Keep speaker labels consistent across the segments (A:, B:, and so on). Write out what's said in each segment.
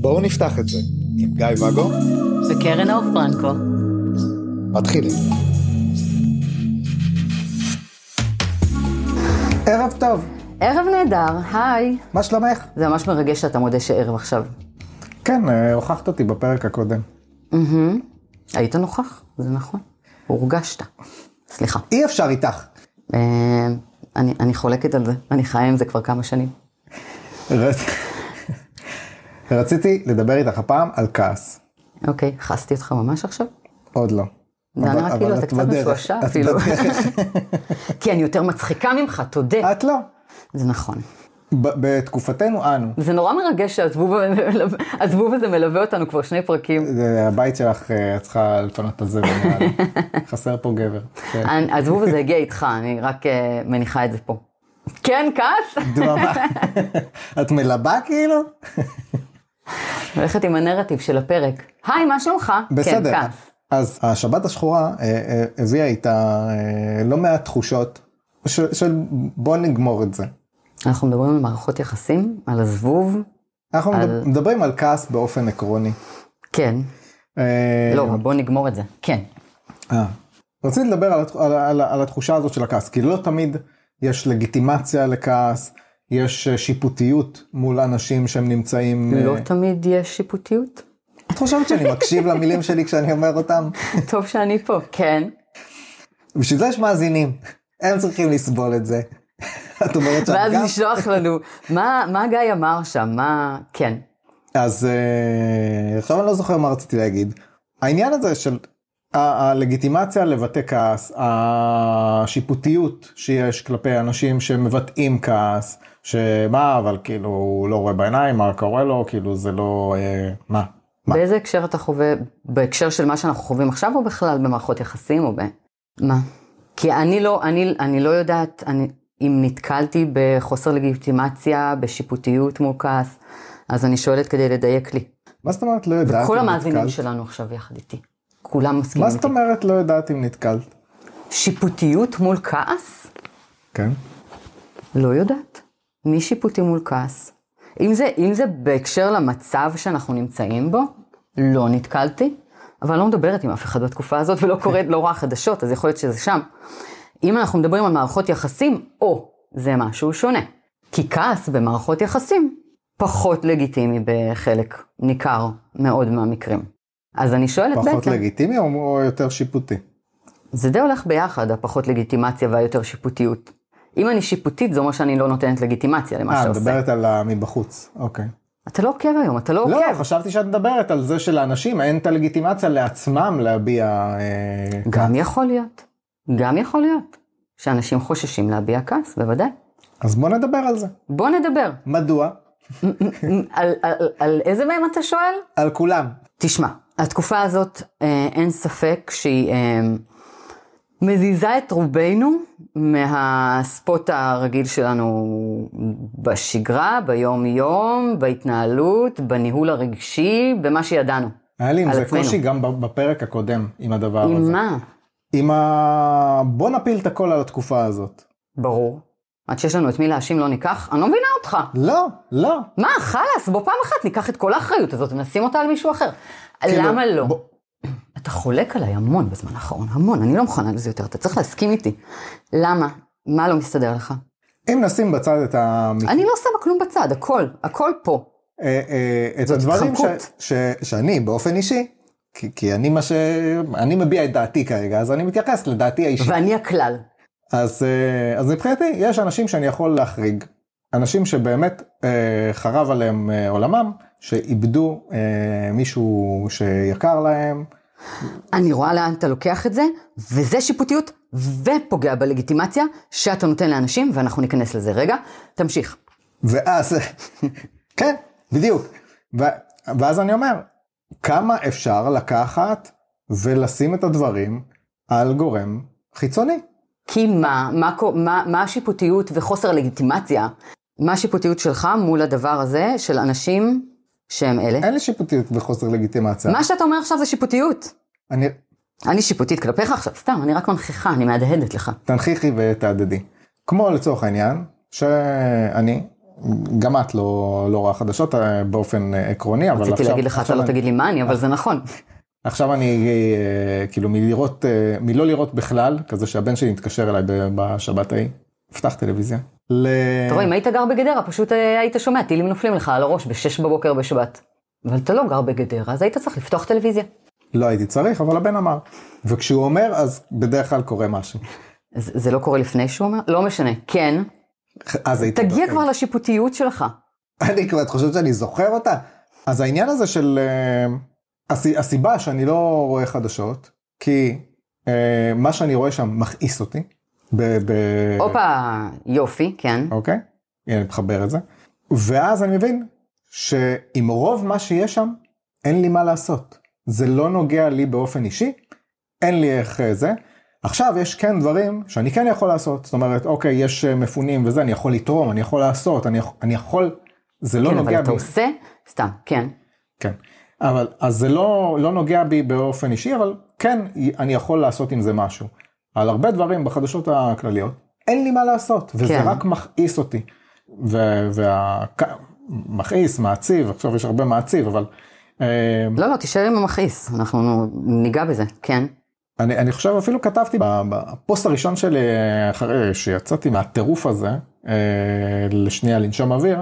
A: בואו נפתח את זה עם גיא ואגו,
B: וקרן אור פרנקו.
A: מתחילים. ערב טוב,
B: ערב נהדר, היי.
A: מה שלומך?
B: זה ממש מרגש שאתה מודה שערב עכשיו.
A: כן, אה, הוכחת אותי בפרק הקודם.
B: מהמם. היית נוכח, זה נכון. הורגשת. סליחה.
A: אי אפשר איתך.
B: אה, אני, אני חולקת על זה, אני חיה עם זה כבר כמה שנים.
A: ר- רציתי לדבר איתך הפעם על כעס.
B: אוקיי, חסתי אותך ממש עכשיו?
A: עוד לא.
B: זה היה
A: אבל-
B: נראה
A: אבל
B: כאילו
A: את
B: אתה קצת
A: בדרך,
B: משועשע
A: את
B: אפילו.
A: בדרך.
B: כי אני יותר מצחיקה ממך, תודה.
A: את לא.
B: זה נכון.
A: ב- בתקופתנו אנו.
B: זה נורא מרגש שהזבוב הזה מלווה- הזבוב הזה מלווה אותנו כבר שני פרקים.
A: זה הבית שלך, אה, את צריכה לפנות את הזבל, נראה לי. חסר פה גבר. כן.
B: אני- הזבוב הזה הגיע איתך, אני רק אה, מניחה את זה פה. כן, כעס?
A: דממה. את מלבה כאילו?
B: הולכת עם הנרטיב של הפרק. היי, מה שלומך?
A: בסדר.
B: כן, כעס.
A: אז השבת השחורה אה, אה, הביאה איתה אה, לא מעט תחושות של של בוא נגמור את זה.
B: אנחנו מדברים על מערכות יחסים, על הזבוב.
A: אנחנו
B: על-
A: מדב- מדברים על כעס באופן עקרוני.
B: כן.
A: אה,
B: לא, בוא נגמור את זה. כן.
A: אה. רציתי לדבר על, התח- על, על, על התחושה הזאת של הכעס, כי לא תמיד יש לגיטימציה לכעס, יש אה, שיפוטיות מול אנשים שהם נמצאים...
B: לא
A: אה,
B: תמיד יש שיפוטיות.
A: את חושבת שאני מקשיב למילים שלי כשאני אומר אותם?
B: טוב שאני פה. כן.
A: בשביל זה יש מאזינים, הם צריכים לסבול את זה. את אומרת שאת
B: ואז
A: גם...
B: לשלוח לנו, מה מה גיא אמר שם? מה... כן.
A: אז אה, עכשיו אני לא זוכר מה רציתי להגיד. העניין הזה של ה- הלגיטימציה לבטא כעס, השיפוטיות שיש כלפי אנשים שמבטאים כעס, שמה אבל כאילו הוא לא רואה בעיניים, מה קורה לו, כאילו זה לא, אה, מה, מה.
B: באיזה הקשר אתה חווה, בהקשר של מה שאנחנו חווים עכשיו, או בכלל במערכות יחסים, או ב... מה? כי אני לא, אני, אני לא יודעת אני, אם נתקלתי בחוסר לגיטימציה, בשיפוטיות מול כעס, אז אני שואלת כדי לדייק לי.
A: מה זאת אומרת לא יודעת
B: כל
A: אם
B: המאזינים
A: נתקלת?
B: שלנו עכשיו יחד איתי, כולם מסכימים
A: מה זאת
B: איתי.
A: אומרת לא יודעת אם נתקלת?
B: שיפוטיות מול כעס?
A: כן.
B: לא יודעת. מי שיפוטי מול כעס? אם זה, אם זה בהקשר למצב שאנחנו נמצאים בו, לא נתקלתי, אבל לא מדברת עם אף אחד בתקופה הזאת ולא קוראת, לא רואה חדשות, אז יכול להיות שזה שם. אם אנחנו מדברים על מערכות יחסים, או, זה משהו שונה. כי כעס במערכות יחסים פחות לגיטימי בחלק ניכר מאוד מהמקרים. אז אני שואלת
A: פחות
B: בעצם,
A: לגיטימי או- או יותר שיפוטי?
B: זה די הולך ביחד, הפחות לגיטימציה והיותר שיפוטיות. אם אני שיפוטית, זה אומר שאני לא נותנת לגיטימציה למה
A: אה,
B: שעושה.
A: מדברת על ה- מבחוץ, אוקיי.
B: אתה לא עוקב היום, אתה לא עוקב.
A: לא, חשבתי שאת מדברת על זה שלאנשים אין את הלגיטימציה לעצמם להביע... אה,
B: גם יכול להיות. גם יכול להיות. שאנשים חוששים להביע כעס, בוודאי.
A: אז בוא נדבר על זה.
B: בוא נדבר.
A: מדוע?
B: על, על, על איזה מהם אתה שואל?
A: על כולם.
B: תשמע, התקופה הזאת, אה, אין ספק שהיא אה, מזיזה את רובנו מהספוט הרגיל שלנו בשגרה, ביום-יום, בהתנהלות, בניהול הרגשי, במה שידענו.
A: היה לי עם
B: על
A: זה
B: עצמנו.
A: קושי גם ב- בפרק הקודם, עם הדבר הזה.
B: עם מה?
A: עם ה... בוא נפיל את הכל על התקופה הזאת.
B: ברור. עד שיש לנו את מי להאשים לא ניקח, אני לא מבינה אותך.
A: לא, לא.
B: מה, חלאס, בוא פעם אחת ניקח את כל האחריות הזאת ונשים אותה על מישהו אחר. למה
A: כאילו,
B: לא?
A: בוא-
B: אתה חולק עליי המון בזמן האחרון, המון, אני לא מוכנה לזה יותר, אתה צריך להסכים איתי. למה? מה לא מסתדר לך?
A: אם נשים בצד את ה...
B: אני לא שמה כלום בצד, הכל, הכל פה.
A: אה, אה, את הדברים ש...
B: התחמקות.
A: ש... שאני באופן אישי, כי, כי אני מה ש... אני מביע את דעתי כרגע, אז אני מתייחס לדעתי האישית.
B: ואני הכלל.
A: אז, אה, אז מבחינתי, יש אנשים שאני יכול להחריג. אנשים שבאמת אה, חרב עליהם אה, עולמם, שאיבדו אה, מישהו שיקר להם.
B: אני רואה לאן אתה לוקח את זה, וזה שיפוטיות, ופוגע בלגיטימציה שאתה נותן לאנשים, ואנחנו ניכנס לזה רגע. תמשיך.
A: ואז, כן, בדיוק. ו, ואז אני אומר, כמה אפשר לקחת ולשים את הדברים על גורם חיצוני?
B: כי מה, מה, קו- מה, מה השיפוטיות וחוסר לגיטימציה? מה השיפוטיות שלך מול הדבר הזה של אנשים שהם אלה?
A: אין לי שיפוטיות וחוסר לגיטימציה.
B: מה שאתה אומר עכשיו זה שיפוטיות.
A: אני,
B: אני שיפוטית כלפיך עכשיו, סתם, אני רק מנכיחה, אני מהדהדת לך.
A: תנכיחי ותהדדי. כמו לצורך העניין, שאני, גם את לא, לא רואה חדשות אה, באופן אה, עקרוני, אבל עכשיו...
B: רציתי להגיד לך, אתה
A: עכשיו
B: לא
A: אני- אה.
B: תגיד לי מה אני, אבל זה נכון.
A: עכשיו אני, אה, כאילו, מלראות, אה, מלא לראות בכלל, כזה שהבן שלי התקשר אליי ב- בשבת ההיא, פתח טלוויזיה. ל...
B: אתה רואה, אם היית גר בגדרה, פשוט אה, היית שומע טילים נופלים לך על הראש ב-6 בבוקר בשבת. אבל אתה לא גר בגדרה, אז היית צריך לפתוח טלוויזיה.
A: לא הייתי צריך, אבל הבן אמר. וכשהוא אומר, אז בדרך כלל קורה משהו.
B: זה זה לא קורה לפני שהוא אומר? לא משנה. כן,
A: אז הייתי... אה.
B: תגיע
A: דווקא-
B: כבר לשיפוטיות שלך.
A: אני כבר, את חושבת שאני זוכר אותה? אז העניין הזה של... אה, הסי- הסיבה שאני לא רואה חדשות, כי אה, מה שאני רואה שם מכעיס אותי. ב- ב-
B: הופה, יופי, כן.
A: אוקיי? הנה, אני מחבר את זה. ואז אני מבין שעם רוב מה שיש שם, אין לי מה לעשות. זה לא נוגע לי באופן אישי, אין לי איך אה, זה. עכשיו יש כן דברים שאני כן יכול לעשות. זאת אומרת, אוקיי, יש אה, מפונים וזה, אני יכול לתרום, אני יכול לעשות, אני, יכול- אני יכול... זה לא
B: כן,
A: נוגע
B: אבל אתה
A: בי.
B: עושה, סתם, כן.
A: כן. אבל, אז זה לא, לא נוגע בי באופן אישי, אבל כן, אני יכול לעשות עם זה משהו. על הרבה דברים בחדשות הכלליות, אין לי מה לעשות, וזה
B: כן.
A: כן. רק מכעיס אותי. ו- וה... כ- מכעיס, מעציב, עכשיו יש הרבה מעציב, אבל... אה,
B: לא, לא, תישאר עם המכעיס, אנחנו ניגע בזה, כן.
A: אני, אני חושב אפילו כתבתי ב- בפוסט הראשון שלי אה, אחרי שיצאתי מהטירוף הזה, אה, לשנייה לנשום אוויר,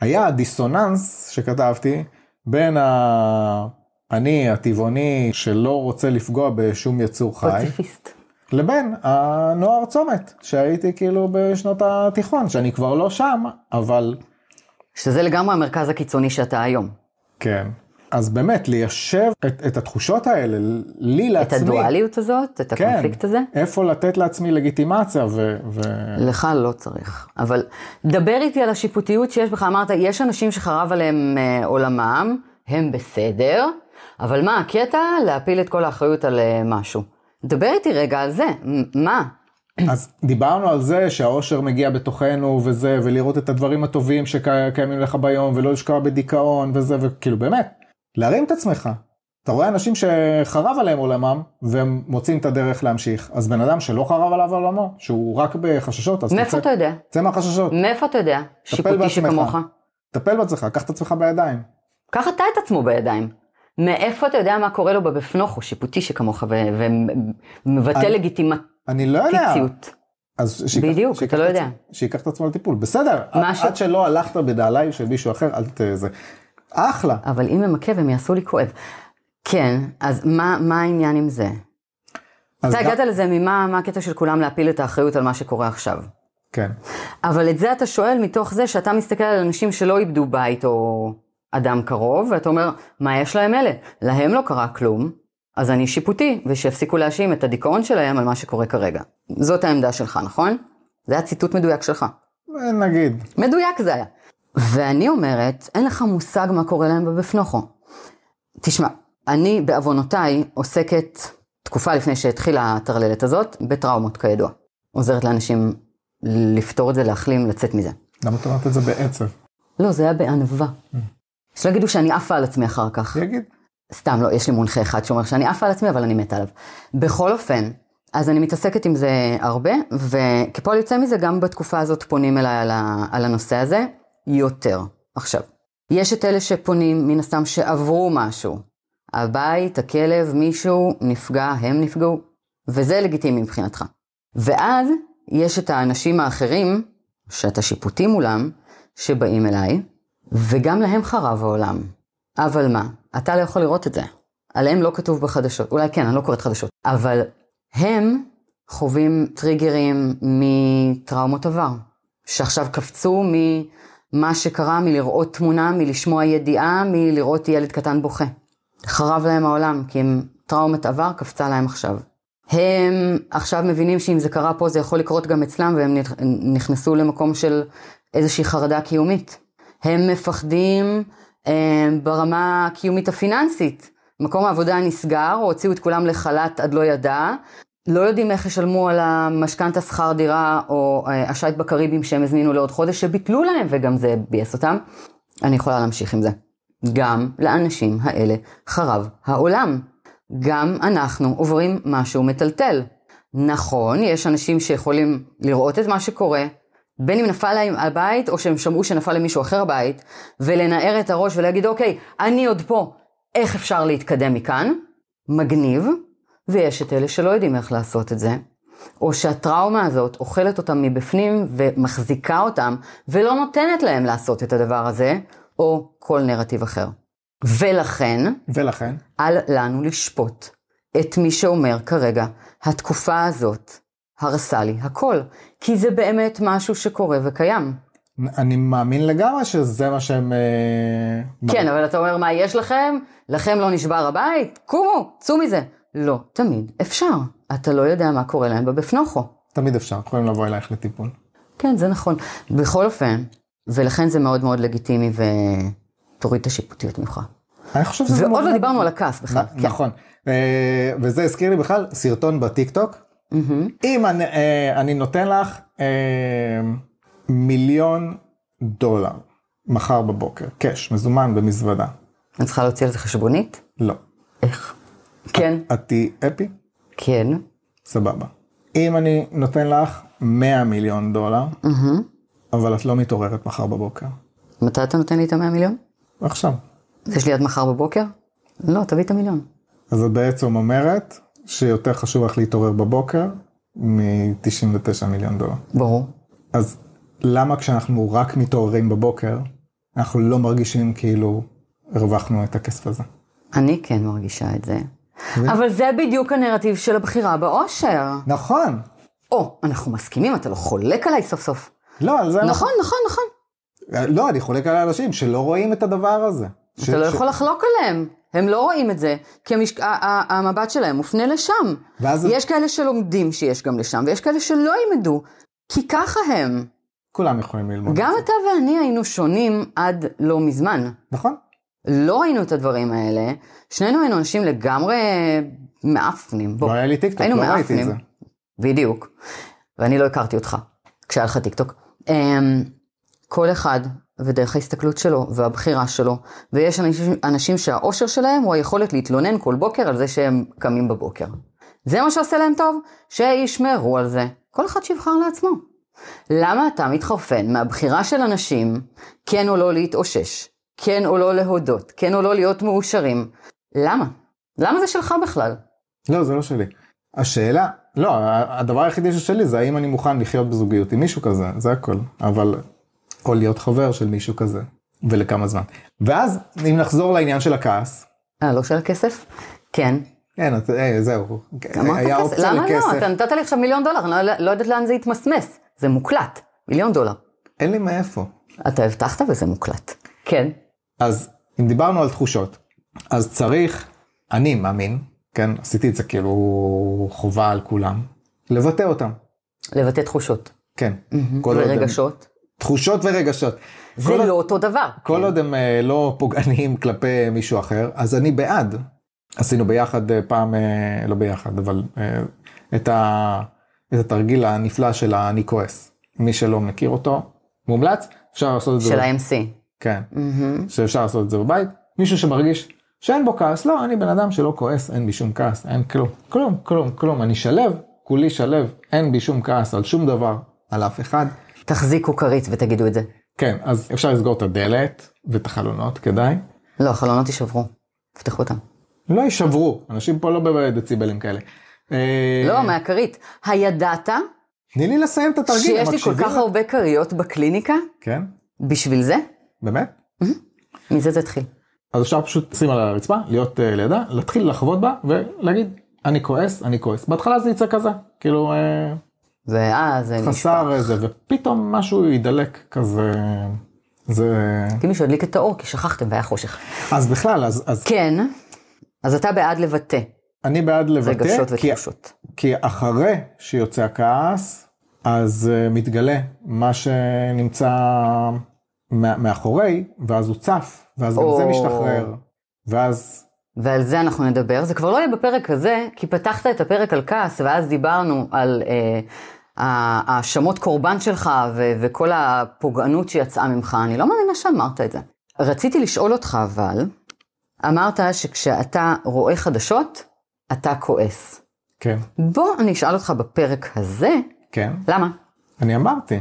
A: היה הדיסוננס שכתבתי בין ה... אני הטבעוני שלא רוצה לפגוע בשום יצור חי,
B: פציפיסט.
A: לבין הנוער צומת, שהייתי כאילו בשנות התיכון, שאני כבר לא שם, אבל
B: שזה לגמרי המרכז הקיצוני שאתה היום.
A: כן. אז באמת, ליישב את, את התחושות האלה, לי
B: את
A: לעצמי.
B: הדואליות הזאת, את
A: כן,
B: הקונפליקט הזה.
A: איפה לתת לעצמי לגיטימציה ו... ו...
B: לך לא צריך, אבל דבר איתי על השיפוטיות שיש בך, אמרת, יש אנשים שחרב עליהם אה, עולמם, הם בסדר, אבל מה הקטע? להפיל את כל האחריות על אה, משהו. דבר איתי רגע על זה, מ- מה?
A: אז דיברנו על זה שהאושר מגיע בתוכנו וזה, ולראות את הדברים הטובים שקיימים לך ביום, ולא לשקוע בדיכאון וזה, וכאילו באמת, להרים את עצמך. אתה רואה אנשים שחרב עליהם עולמם, והם מוצאים את הדרך להמשיך. אז בן אדם שלא חרב עליו עולמו, שהוא רק בחששות, אז
B: מאיפה אתה יודע?
A: צא מהחששות,
B: מאיפה אתה יודע? שיפוטי
A: בעצמך.
B: שכמוך.
A: טפל בעצמך, קח את עצמך בידיים.
B: קח אתה את עצמו בידיים. מאיפה אתה יודע מה קורה לו בבפנוך, הוא שיפוטי שכמוך ו- ומבטא
A: אני-
B: לגיטימציות.
A: אני לא יודע. אז שיקח,
B: בדיוק,
A: שיקח
B: אתה לא
A: את
B: יודע.
A: עצמו- שייקח את עצמו לטיפול, בסדר.
B: מה
A: עד,
B: ש-
A: ש... עד שלא הלכת בנעליים של מישהו אחר, אל ת... זה. אחלה.
B: אבל אם ממכב הם יעשו לי כואב. כן, אז מה, מה העניין עם זה?
A: אז
B: אתה
A: גם-
B: הגעת לזה ממה מה הקטע של כולם להפיל את האחריות על מה שקורה עכשיו.
A: כן.
B: אבל את זה אתה שואל מתוך זה שאתה מסתכל על אנשים שלא איבדו בית או אדם קרוב, ואתה אומר, מה יש להם אלה? להם לא קרה כלום, אז אני שיפוטי, ושיפסיקו להאשים את הדיכאון שלהם על מה שקורה כרגע. זאת העמדה שלך, נכון? זה היה ציטוט מדויק שלך.
A: נגיד.
B: מדויק זה היה. ואני אומרת, אין לך מושג מה קורה להם בבפנוכו. תשמע, אני בעוונותיי עוסקת תקופה לפני שהתחילה הטרללת הזאת, בטראומות כידוע. עוזרת לאנשים לפתור את זה, להחלים, לצאת מזה.
A: למה את אומרת את זה בעצב?
B: לא, זה היה בענווה. שלא יגידו שאני עפה על עצמי אחר כך.
A: יגיד.
B: סתם לא, יש לי מונחה אחד שאומר שאני עפה על עצמי, אבל אני מתה עליו. בכל אופן, אז אני מתעסקת עם זה הרבה, וכפועל יוצא מזה, גם בתקופה הזאת פונים אליי על, ה, על הנושא הזה יותר. עכשיו, יש את אלה שפונים, מן הסתם, שעברו משהו. הבית, הכלב, מישהו נפגע, הם נפגעו, וזה לגיטימי מבחינתך. ואז יש את האנשים האחרים, שאתה שיפוטי מולם, שבאים אליי, וגם להם חרב העולם. אבל מה, אתה לא יכול לראות את זה. עליהם לא כתוב בחדשות. אולי כן, אני לא קוראת חדשות. אבל הם חווים טריגרים מטראומות עבר, שעכשיו קפצו ממה שקרה, מלראות תמונה, מלשמוע ידיעה, מלראות ילד קטן בוכה. חרב להם העולם, כי הם טראומת עבר קפצה להם עכשיו. הם עכשיו מבינים שאם זה קרה פה זה יכול לקרות גם אצלם והם נכ- נכנסו למקום של איזושהי חרדה קיומית. הם מפחדים אה, ברמה הקיומית הפיננסית. מקום העבודה נסגר, או הוציאו את כולם לחל"ת עד לא ידע. לא יודעים איך ישלמו על המשכנתה שכר דירה או אה, השייט בקריבים שהם הזמינו לעוד חודש שביטלו להם וגם זה ביאס אותם. אני יכולה להמשיך עם זה. גם לאנשים האלה חרב העולם. גם אנחנו עוברים משהו מטלטל. נכון, יש אנשים שיכולים לראות את מה שקורה, בין אם נפל להם הבית, או שהם שמעו שנפל למישהו אחר בית, ולנער את הראש ולהגיד, אוקיי, אני עוד פה, איך אפשר להתקדם מכאן? מגניב. ויש את אלה שלא יודעים איך לעשות את זה, או שהטראומה הזאת אוכלת אותם מבפנים ומחזיקה אותם, ולא נותנת להם לעשות את הדבר הזה, או כל נרטיב אחר. ולכן,
A: ולכן,
B: אל לנו לשפוט את מי שאומר כרגע, התקופה הזאת הרסה לי הכל, כי זה באמת משהו שקורה וקיים.
A: אני מאמין לגמרי שזה מה שהם... אה,
B: כן, אבל אתה אומר, מה יש לכם? לכם לא נשבר הבית? קומו, צאו מזה. לא תמיד אפשר. אתה לא יודע מה קורה להם בבפנוכו.
A: תמיד אפשר, יכולים לבוא אלייך לטיפול.
B: כן, זה נכון. בכל אופן, ולכן זה מאוד מאוד לגיטימי ותוריד את השיפוטיות ממך.
A: אני חושב שזה...
B: ועוד
A: מובן.
B: לא דיברנו על הכעס בכלל.
A: נ- נכון. אה, וזה הזכיר לי בכלל סרטון בטיקטוק.
B: מהמם.
A: אם אני, אה, אני נותן לך אה, מיליון דולר מחר בבוקר, קאש, מזומן במזוודה.
B: כן. אני צריכה להוציא על זה חשבונית?
A: לא.
B: איך? כן.
A: את תהיי אפי?
B: כן.
A: סבבה. אם אני נותן לך 100 מיליון דולר,
B: מהמם.
A: אבל את לא מתעוררת מחר בבוקר.
B: מתי אתה נותן לי את המאה מיליון?
A: עכשיו.
B: אז יש לי עד מחר בבוקר? לא, תביא את המיליון.
A: אז את בעצם אומרת שיותר חשוב לך להתעורר בבוקר מ-99 מיליון דולר.
B: ברור.
A: אז למה כשאנחנו רק מתעוררים בבוקר, אנחנו לא מרגישים כאילו הרווחנו את הכסף הזה?
B: אני כן מרגישה את זה. אבל זה בדיוק הנרטיב של הבחירה באושר.
A: נכון.
B: או, אנחנו מסכימים, אתה לא חולק עליי סוף סוף.
A: לא, על זה...
B: נכון, נכון, נכון.
A: לא, אני חולק על האנשים שלא רואים את הדבר הזה. ש-
B: אתה לא
A: ש-
B: יכול לחלוק עליהם. הם לא רואים את זה, כי המש... ה- ה- המבט שלהם מופנה לשם.
A: ואז-
B: יש כאלה שלומדים שיש גם לשם, ויש כאלה שלא ילמדו, כי ככה הם.
A: כולם יכולים ללמוד.
B: גם אתה ואני היינו שונים עד לא מזמן.
A: נכון.
B: לא ראינו את הדברים האלה. שנינו היינו אנשים לגמרי אה, מעפנים. בוא,
A: לא היה לי טיקטוק,
B: היינו
A: לא ראיתי את
B: מעפנים.
A: זה.
B: בדיוק. ואני לא הכרתי אותך כשהיה לך טיקטוק. אמ, כל אחד ודרך ההסתכלות שלו והבחירה שלו, ויש אנשים, אנשים שהאושר שלהם הוא היכולת להתלונן כל בוקר על זה שהם קמים בבוקר. זה מה שעושה להם טוב? שישמרו על זה. כל אחד שיבחר לעצמו. למה אתה מתחרפן מהבחירה של אנשים כן או לא להתאושש, כן או לא להודות, כן או לא להיות מאושרים? למה? למה זה שלך בכלל?
A: לא, זה לא שלי. השאלה, לא, ה- הדבר היחידי ששלי זה האם אני מוכן לחיות בזוגיות עם מישהו כזה, זה הכל. אבל, או להיות חבר של מישהו כזה, ולכמה זמן. ואז, אם נחזור לעניין של הכעס,
B: אה, לא של הכסף? כן.
A: אין, את- אה, זהו.
B: אמרת
A: היה
B: כסף,
A: אופציה
B: למה
A: לכסף.
B: לא? אתה נתת לי עכשיו מיליון דולר, אני לא, לא יודעת לאן זה יתמסמס. זה מוקלט, מיליון דולר.
A: אין לי מאיפה.
B: אתה הבטחת וזה מוקלט. כן.
A: אז אם דיברנו על תחושות, אז צריך, אני מאמין, כן, עשיתי את זה כאילו חובה על כולם, לבטא אותם,
B: לבטא תחושות.
A: כן. כל עוד הם-
B: ורגשות.
A: תחושות ורגשות.
B: זה
A: כל עוד-
B: לא אותו דבר.
A: כל עוד הם אה, לא פוגעניים כלפי מישהו אחר, אז אני בעד. עשינו ביחד אה, פעם, אה, לא ביחד, אבל אה, את, ה, את התרגיל הנפלא של ה"אני כועס". מי שלא מכיר אותו, מומלץ, אפשר לעשות את זה.
B: של
A: בב-
B: ה-MC.
A: כן,
B: מהמם.
A: שאפשר לעשות את זה בבית. מישהו שמרגיש שאין בו כעס, לא, אני בן אדם שלא כועס, אין בי שום כעס, אין כלום. כלום, כלום, כלום. אני שלו, כולי שלו, אין בי שום כעס על שום דבר, על אף אחד.
B: תחזיקו כרית ותגידו את זה.
A: כן, אז אפשר לסגור את הדלת ואת החלונות, כדאי.
B: לא, החלונות יישברו. תפתחו אותם.
A: לא יישברו, אנשים פה לא בדציבלים כאלה. אה,
B: לא, מהכרית. הידעת
A: תני לי לסיים את התרגיל,
B: שיש לי כל
A: מקשיבים
B: כך
A: לך?
B: הרבה כריות בקליניקה?
A: כן,
B: בשביל זה?
A: באמת?
B: מזה זה התחיל.
A: אז אפשר פשוט לשים על הרצפה, להיות אה, לידה, להתחיל לחוות בה ולהגיד, אני כועס, אני כועס. בהתחלה זה יצא כזה, כאילו אה,
B: ואז זה נשפע.
A: חסר איזה, ופתאום משהו יידלק כזה. זה...
B: כי מישהו הדליק את האור, כי שכחתם והיה חושך.
A: אז בכלל, אז, אז
B: כן, אז אתה בעד לבטא
A: אני בעד לבטא,
B: רגשות
A: כי,
B: ותחושות.
A: כי אחרי שיוצא הכעס, אז uh, מתגלה מה שנמצא מה, מאחורי, ואז הוא צף, ואז גם
B: או.
A: זה משתחרר, ואז
B: ועל זה אנחנו נדבר. זה כבר לא יהיה בפרק הזה, כי פתחת את הפרק על כעס, ואז דיברנו על אה, ה- האשמות קורבן שלך ו- וכל הפוגענות שיצאה ממך. אני לא מאמינה שאמרת את זה. רציתי לשאול אותך, אבל, אמרת שכשאתה רואה חדשות, אתה כועס.
A: כן,
B: בוא אני אשאל אותך בפרק הזה,
A: כן.
B: למה?
A: אני אמרתי.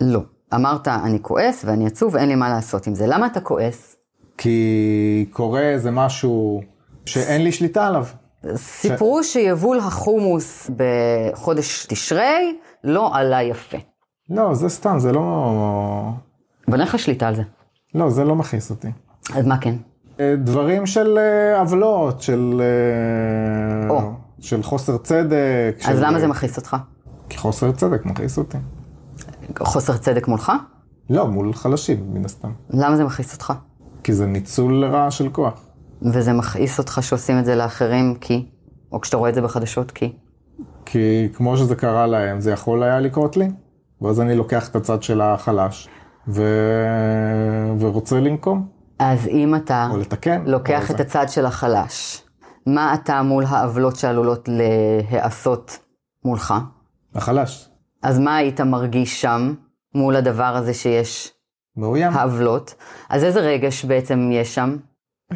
B: לא. אמרת, אני כועס ואני עצוב ואין לי מה לעשות עם זה. למה אתה כועס?
A: כי קורה איזה משהו שאין לי שליטה עליו. כן.
B: סיפרו שיבול החומוס בחודש תשרי לא עלה יפה.
A: לא, זה סתם, זה לא...
B: אבל אין לך שליטה על זה.
A: לא, זה לא מכעיס אותי.
B: אז מה כן?
A: אה, דברים של אה, עוולות, של... אה,
B: או.
A: של חוסר צדק.
B: אז
A: של-
B: למה זה מכעיס אותך?
A: כי חוסר צדק מכעיס אותי.
B: חוסר צדק מולך?
A: לא, מול חלשים, מן הסתם.
B: למה זה מכעיס אותך?
A: כי זה ניצול לרעה של כוח.
B: וזה מכעיס אותך שעושים את זה לאחרים כי, או כשאתה רואה את זה בחדשות כי.
A: כי כמו שזה קרה להם, זה יכול היה לקרות לי. ואז אני לוקח את הצד של החלש, ו... ורוצה לנקום,
B: אז אם אתה
A: או לתקן.
B: לוקח
A: או
B: את
A: זה.
B: הצד של החלש, מה אתה מול העוולות שעלולות להיעשות מולך?
A: החלש.
B: אז מה היית מרגיש שם מול הדבר הזה שיש
A: מאוים.
B: העוולות? אז איזה רגש בעצם יש שם?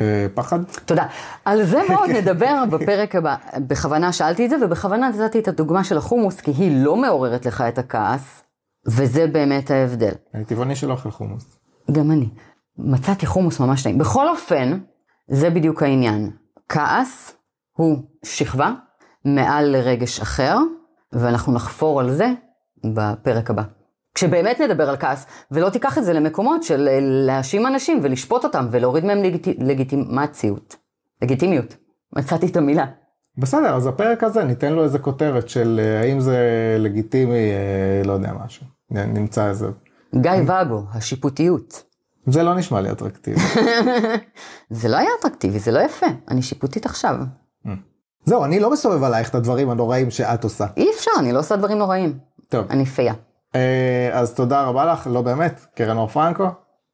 A: אה, פחד.
B: תודה. על זה מאוד נדבר בפרק הבא. בכוונה שאלתי את זה, ובכוונה נתתי את הדוגמה של החומוס, כי היא לא מעוררת לך את הכעס, וזה באמת ההבדל.
A: אני טבעוני שלא אוכל חומוס.
B: גם אני. מצאתי חומוס ממש טעים. בכל אופן, זה בדיוק העניין. כעס הוא שכבה מעל לרגש אחר, ואנחנו נחפור על זה בפרק הבא. כשבאמת נדבר על כעס, ולא תיקח את זה למקומות של אה, להאשים אנשים ולשפוט אותם ולהוריד מהם לגיט... לגיטימציות. לגיטימיות. מצאתי את המילה.
A: בסדר, אז הפרק הזה, ניתן לו איזה כותרת של אה, האם זה לגיטימי, אה, לא יודע משהו. נ- נמצא איזה...
B: גיא ואגו, השיפוטיות.
A: זה לא נשמע לי אטרקטיבי.
B: זה לא היה אטרקטיבי, זה לא יפה. אני שיפוטית עכשיו.
A: זהו, אני לא מסובב עלייך את הדברים הנוראים שאת עושה.
B: אי אפשר, אני לא עושה דברים נוראים.
A: טוב,
B: אני פייה.
A: אה, אז תודה רבה לך, לא באמת, קרן אור פרנקו.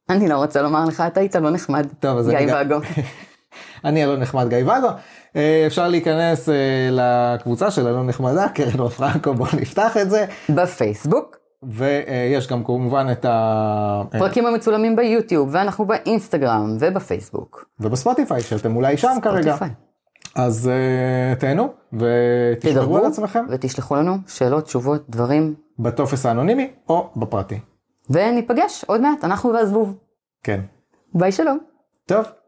B: אני לא רוצה לומר לך, אתה היית לא נחמד.
A: טוב, אז אני
B: גיא
A: גם-
B: ואגו.
A: אני אלון נחמד גיא ואגו. אה, אפשר להיכנס אה, לקבוצה של אלון נחמדה, קרן אור פרנקו, בואו נפתח את זה.
B: בפייסבוק,
A: אה. ויש גם כמובן את ה... אה,
B: פרקים המצולמים ביוטיוב, ואנחנו באינסטגרם ובפייסבוק.
A: ובספוטיפיי, שאתם אולי שם כרגע.
B: ספוטיפיי.
A: אז אה, תהנו, ותשמרו על עצמכם
B: ותשלחו לנו שאלות, תשובות, דברים,
A: בטופס האנונימי או בפרטי.
B: וניפגש עוד מעט, אנחנו והזבוב.
A: כן.
B: ביי שלום.
A: טוב.